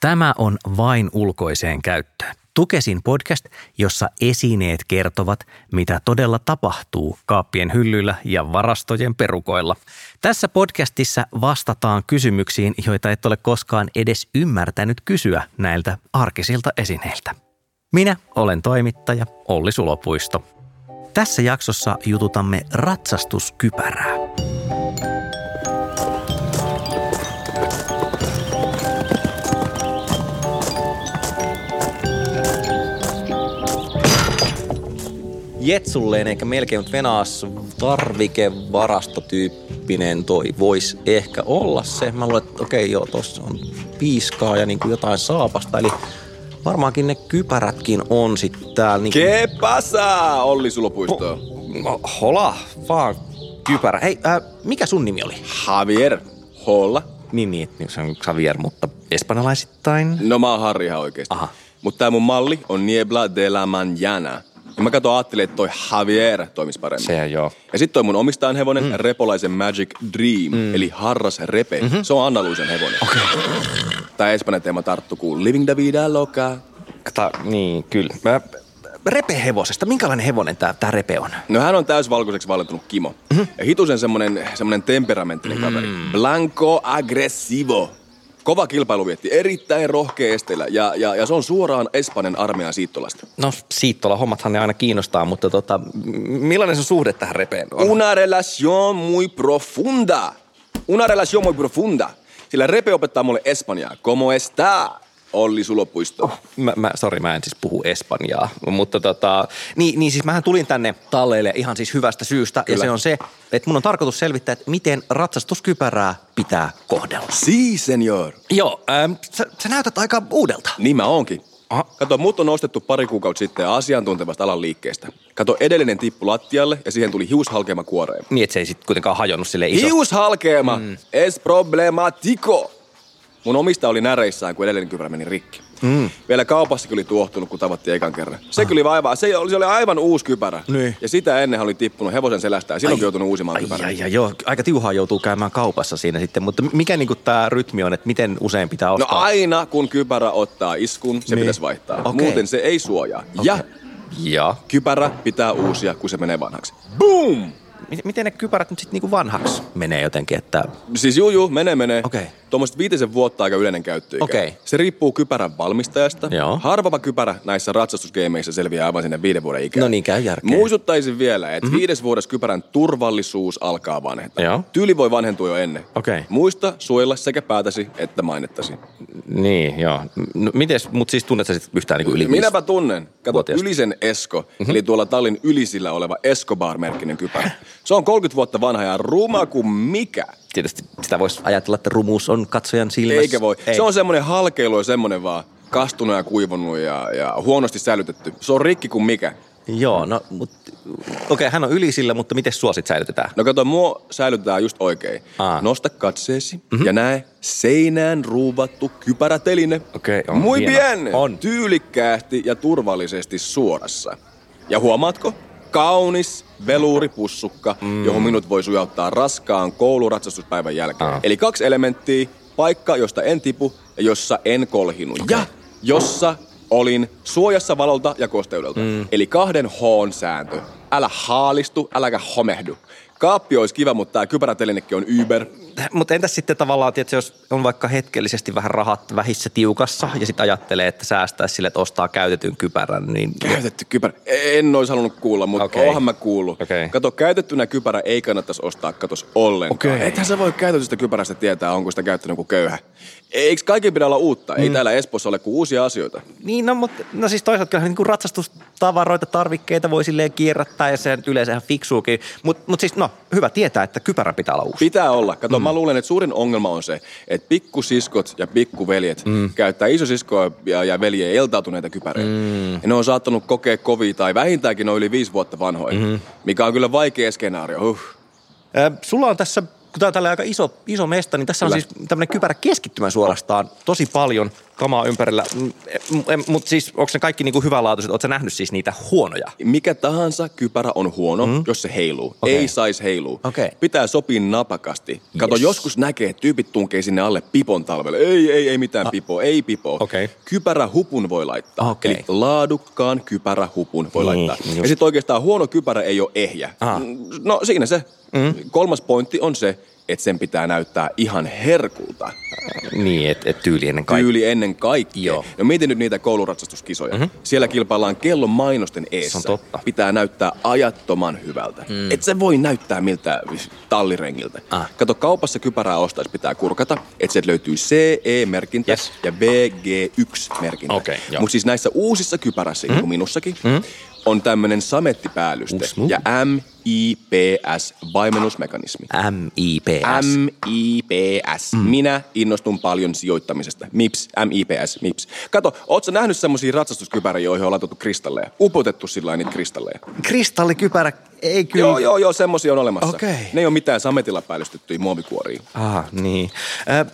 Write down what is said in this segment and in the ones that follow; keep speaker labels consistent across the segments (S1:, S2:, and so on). S1: Tämä on vain ulkoiseen käyttöön. Tukesin podcast, jossa esineet kertovat, mitä todella tapahtuu kaappien hyllyillä ja varastojen perukoilla. Tässä podcastissa vastataan kysymyksiin, joita et ole koskaan edes ymmärtänyt kysyä näiltä arkisilta esineiltä. Minä olen toimittaja Olli Sulopuisto. Tässä jaksossa jututamme ratsastuskypärää. jetsulleen eikä melkein, mutta Venaas tarvikevarastotyyppinen toi voisi ehkä olla se. Mä luulen, että okei joo, tossa on piiskaa ja niin kuin jotain saapasta, eli varmaankin ne kypärätkin on sitten täällä. Niin kuin...
S2: ¿Qué pasa, Olli Sulopuisto?
S1: No, Hola, vaan kypärä. Hei, äh, mikä sun nimi oli?
S2: Javier Holla.
S1: Niin, niin, niin se on Xavier, mutta espanjalaisittain.
S2: No mä oon Harri ihan oikeesti.
S1: Aha.
S2: Mut tää mun malli on Niebla de la Mañana. Ja mä kato ajattelin, että toi Javier toimis paremmin.
S1: Se joo.
S2: Ja sit toi mun omistajan hevonen, mm. Repolaisen Magic Dream, mm. eli Harras Repe. Mm-hmm. Se on Annaluisen hevonen. Okay. Tää Espanjan teema tarttu kuin Living the Vida Loca.
S1: Kata, niin, kyllä. Mä... Repehevosesta. Minkälainen hevonen tää, tää repe on?
S2: No hän on täysvalkoiseksi valintunut Kimo. Mm-hmm. Ja hitusen semmonen, semmonen temperamenttinen kaveri. Blanco aggressivo. Kova kilpailu vietti, erittäin rohkea esteillä ja, ja, ja se on suoraan Espanjan armeijan siittolasta.
S1: No siittola hommathan ne aina kiinnostaa, mutta tota, m- millainen se suhde tähän repeen on?
S2: Una relación muy profunda. Una relación muy profunda. Sillä Repe opettaa mulle Espanjaa. Como está? Olli Sulopuisto. Oh.
S1: Mä, mä, sorry, mä en siis puhu espanjaa, mutta tota, niin, niin siis mähän tulin tänne talleille ihan siis hyvästä syystä Kyllä. ja
S2: Kyllä.
S1: se on se, että mun on tarkoitus selvittää, että miten ratsastuskypärää pitää kohdella.
S2: Si, senor.
S1: Joo, ähm, sä, sä näytät aika uudelta.
S2: Niin mä oonkin.
S1: Aha.
S2: Kato, mut on ostettu pari kuukautta sitten asiantuntevasta alan liikkeestä. Kato, edellinen tippu lattialle ja siihen tuli hiushalkeama kuoreen.
S1: Niin, että se ei sit kuitenkaan hajonnut sille iso.
S2: Hiushalkeama! Mm. Es problematico! Mun omista oli näreissään, kun edellinen kypärä meni rikki. Mm. Vielä kaupassakin oli tuohtunut, kun tavattiin ekan kerran. Se kyllä vaivaa. Se oli, se oli aivan uusi kypärä.
S1: Niin.
S2: Ja sitä ennen hän oli tippunut hevosen selästä ja silloin joutunut uusimaan
S1: Ai,
S2: kypärän.
S1: ai, ai, joo, aika tiuhaa joutuu käymään kaupassa siinä sitten, mutta mikä niinku tää rytmi on, että miten usein pitää
S2: No
S1: ostaa?
S2: aina kun kypärä ottaa iskun, se
S1: Niin.
S2: niin. pitäisi vaihtaa.
S1: Okei.
S2: Okay. Muuten se ei suojaa. Okay. Ja
S1: Ja?
S2: kypärä pitää uusia, kun se menee vanhaksi. Boom!
S1: Miten, miten ne kypärät nyt sitten niinku vanhaksi menee jotenkin, että
S2: Siis juu, juu menee, menee.
S1: Okei.
S2: Tuommoiset viitisen vuotta aika yleinen käyttöikä.
S1: Okei.
S2: Se riippuu kypärän valmistajasta.
S1: Joo.
S2: Harvapa kypärä näissä ratsastusgeimeissä selviää aivan sinne viiden vuoden ikään.
S1: No niin, käy järkeä.
S2: Muistuttaisin vielä, että mm-hmm. viides vuodessa kypärän turvallisuus alkaa vanheta.
S1: Joo.
S2: Tyyli voi vanhentua jo ennen.
S1: Okei.
S2: Muista suojella sekä päätäsi että mainettasi.
S1: Niin, joo. No, mites, mut siis tunnet sä sit yhtään niinku yli
S2: Minäpä tunnen. Kato,
S1: Vuotiaasta. Mhm.
S2: Ylisen Esko, mm-hmm. eli tuolla Tallin Ylisillä oleva Escobar-merkkinen kypärä. Se on 30 vuotta vanha ja ruma kuin mikä.
S1: Tietysti sitä voisi ajatella, että rumuus on katsojan silmässä.
S2: Eikä voi. Ei. Se on semmoinen halkeilu ja semmoinen vaan kastunut ja kuivunut ja, ja huonosti säilytetty. Se on rikki kuin mikä.
S1: Joo, no mut, okei, hän on yli sillä, mutta miten suosit säilytetään?
S2: No kato, mua säilytetään just oikein.
S1: Aa.
S2: Nosta katseesi mm-hmm. ja näe seinään ruuvattu kypäräteline.
S1: Okei, on
S2: Muy
S1: hieno.
S2: bien!
S1: On.
S2: Tyylikkäästi ja turvallisesti suorassa. Ja huomaatko? Kaunis veluuripussukka, mm. johon minut voi sujauttaa raskaan kouluratsastuspäivän jälkeen.
S1: Aa.
S2: Eli kaksi elementtiä, paikka, josta en tipu ja jossa en kolhinut. Ja jossa olin suojassa valolta ja kosteudelta. Mm. Eli kahden H-sääntö. Älä haalistu, äläkä homehdu. Kaappi olisi kiva, mutta tämä kypärätelinekin on Uber.
S1: Mutta entäs sitten tavallaan, että jos on vaikka hetkellisesti vähän rahat vähissä tiukassa ja sitten ajattelee, että säästää sille, että ostaa käytetyn kypärän, niin
S2: Käytetty kypärä. En olisi halunnut kuulla, mutta
S1: Okei.
S2: okay. oonhan mä kuullut.
S1: Okei.
S2: Kato, käytettynä kypärä ei kannattaisi ostaa, katos ollenkaan.
S1: Okei.
S2: Okay. Ethän sä voi käytetystä kypärästä tietää, onko sitä käyttänyt kuin köyhä. Eikö kaiken pidä olla uutta? Mm. Ei täällä Espoossa ole kuin uusia asioita.
S1: Niin, no, mutta, no siis toisaalta kyllähän niin ratsastustavaroita, tarvikkeita voi silleen kierrättää ja se nyt yleensä ihan fiksuukin. Mutta mut siis no, hyvä tietää, että kypärä pitää olla uusi.
S2: Pitää olla. Kato, mm. mä luulen, että suurin ongelma on se, että pikkusiskot ja pikkuveljet mm. käyttää isosiskoa ja, ja veljeä eltautuneita kypäreitä. Mm. Ja ne on saattanut kokea kovia tai vähintäänkin ne on yli viisi vuotta vanhoja, mm. mikä on kyllä vaikea skenaario. Huh.
S1: Ö, Sulla on tässä, kun tämä on tällä aika iso, iso mesta, niin tässä Kyllä. on
S2: Kyllä.
S1: siis tämmöinen kypärä keskittymä suorastaan tosi paljon. kamaa ympärillä. Mutta siis onko ne kaikki niinku hyvänlaatuiset? Oletko nähnyt siis niitä huonoja?
S2: Mikä tahansa kypärä on huono, mm. jos se heiluu. Okay. Ei saisi heilua.
S1: Okei.
S2: Pitää sopia napakasti. Kato, joskus näkee, että tyypit tunkee sinne alle pipon talvelle. Ei, ei, ei mitään pipoa, ei pipoa.
S1: Okei.
S2: Kypärä hupun voi laittaa.
S1: Okei.
S2: Eli laadukkaan kypärä hupun voi
S1: Niin,
S2: laittaa.
S1: just. Ah.
S2: Ja sitten oikeastaan huono kypärä ei ole ehjä.
S1: Aha.
S2: Mm, No siinä se. Mm. Kolmas pointti on se, että sen pitää näyttää ihan herkulta.
S1: Niin, että et tyyli ennen kaikkea.
S2: Tyyli ennen kaikkea.
S1: Joo. Mhm.
S2: No mietin nyt niitä kouluratsastuskisoja. Mm-hmm. Siellä kilpaillaan kellon mainosten eessä.
S1: Se on totta.
S2: Pitää näyttää ajattoman hyvältä. Mm. Et se voi näyttää miltä tallirengiltä.
S1: Ah.
S2: Kato, kaupassa kypärää ostaessa pitää kurkata, että sieltä löytyy CE-merkintä
S1: Yes.
S2: ja BG1-merkintä.
S1: Okei, joo. Mhm.
S2: Mutta siis näissä uusissa kypärässä, mm. niin kuin minussakin, mm. on tämmöinen samettipäällyste
S1: Uusi muu.
S2: ja MIPS-vaimennusmekanismi.
S1: M-I-P-S.
S2: MIPS. Mm. Minä innostun paljon sijoittamisesta. MIPS, MIPS, MIPS. Kato, oot sä nähnyt semmosia ratsastuskypäriä, joihin on laitettu kristalleja? Upotettu sillä lailla niitä kristalleja.
S1: Kristallikypärä, ei kyllä.
S2: Joo, joo, joo, semmosia on olemassa.
S1: Okei.
S2: Ne ei ole mitään sametilla päällystettyjä muovikuoria.
S1: Ah, niin. Ö,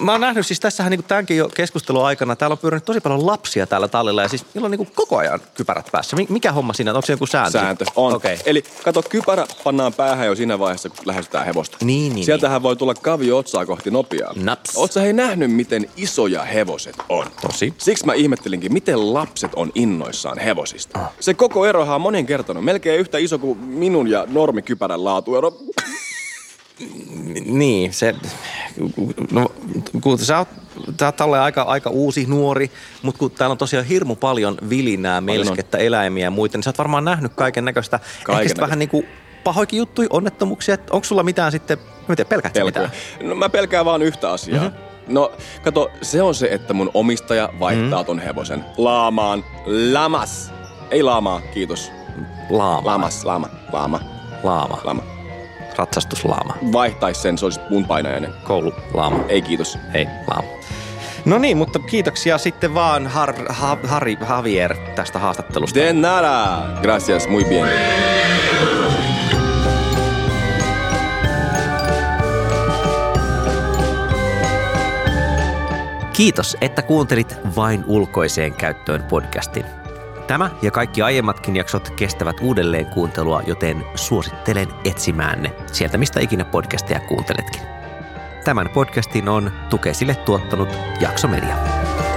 S1: Mä oon nähnyt siis tässähän niin tämänkin jo keskustelun aikana, täällä on pyörinyt tosi paljon lapsia täällä tallilla ja siis niillä on niin koko ajan kypärät päässä. Mi- Mikä homma siinä on? Onko se joku sääntö?
S2: Sääntö on.
S1: Okei. Okay.
S2: Eli kato, kypärä pannaan päähän jo siinä vaiheessa, kun lähestytään hevosta.
S1: Niin, niin,
S2: Sieltähän voi tulla kavio otsaa kohti nopeaa.
S1: Naps.
S2: Oot sä hei nähnyt, miten isoja hevoset on?
S1: Tosi.
S2: Siksi mä ihmettelinkin, miten lapset on innoissaan hevosista.
S1: Ah.
S2: Se koko erohan on monen kertonut. Melkein yhtä iso kuin minun ja normikypärän laatuero.
S1: Niin, se, no, kun sä oot, sä oot tälleen aika, aika uusi, nuori, mutta kun täällä on tosiaan hirmu paljon vilinää, melskettä, eläimiä ja muita, niin sä oot varmaan nähnyt kaiken näköistä. Ehkä sit
S2: Kaikennäköistä.
S1: vähän niin kuin pahoikin juttuja, onnettomuuksia. Onko sulla mitään sitten, mä tiedän, pelkäätkö sä
S2: Pelkoja.
S1: mitään?
S2: No mä pelkään vaan yhtä asiaa.
S1: Mhm.
S2: Mm-hmm. No, kato, se on se, että mun omistaja vaihtaa
S1: Mhm.
S2: ton hevosen laamaan. Lamas. Ei laamaa, kiitos.
S1: Laama.
S2: Lamas, laama, laama,
S1: Laama.
S2: laama.
S1: Ratsastuslaama.
S2: Vaihtais sen, se olisi mun painajainen.
S1: Koululaama.
S2: Ei kiitos.
S1: Ei, vaan. No niin, mutta kiitoksia sitten vaan Har, ha, Harri Javier tästä haastattelusta.
S2: De nada. Gracias, muy bien.
S3: Kiitos, että kuuntelit vain ulkoiseen käyttöön podcastin. Tämä ja kaikki aiemmatkin jaksot kestävät uudelleen kuuntelua, joten suosittelen etsimään ne sieltä, mistä ikinä podcasteja kuunteletkin. Tämän podcastin on Tukesille tuottanut Jaksomedia.